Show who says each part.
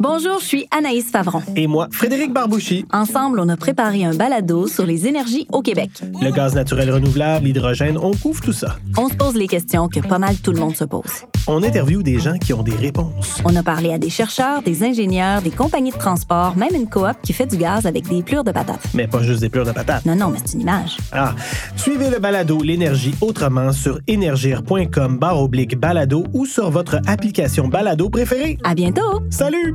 Speaker 1: Bonjour, je suis Anaïs Favron.
Speaker 2: Et moi, Frédéric Barbouchi.
Speaker 1: Ensemble, on a préparé un balado sur les énergies au Québec.
Speaker 2: Le gaz naturel renouvelable, l'hydrogène, on couvre tout ça.
Speaker 1: On se pose les questions que pas mal tout le monde se pose.
Speaker 2: On interviewe des gens qui ont des réponses.
Speaker 1: On a parlé à des chercheurs, des ingénieurs, des compagnies de transport, même une coop qui fait du gaz avec des plures de patates.
Speaker 2: Mais pas juste des plures de patates.
Speaker 1: Non, non, mais c'est une image.
Speaker 2: Ah, suivez le balado L'énergie autrement sur énergir.com barre oblique balado ou sur votre application balado préférée.
Speaker 1: À bientôt!
Speaker 2: Salut!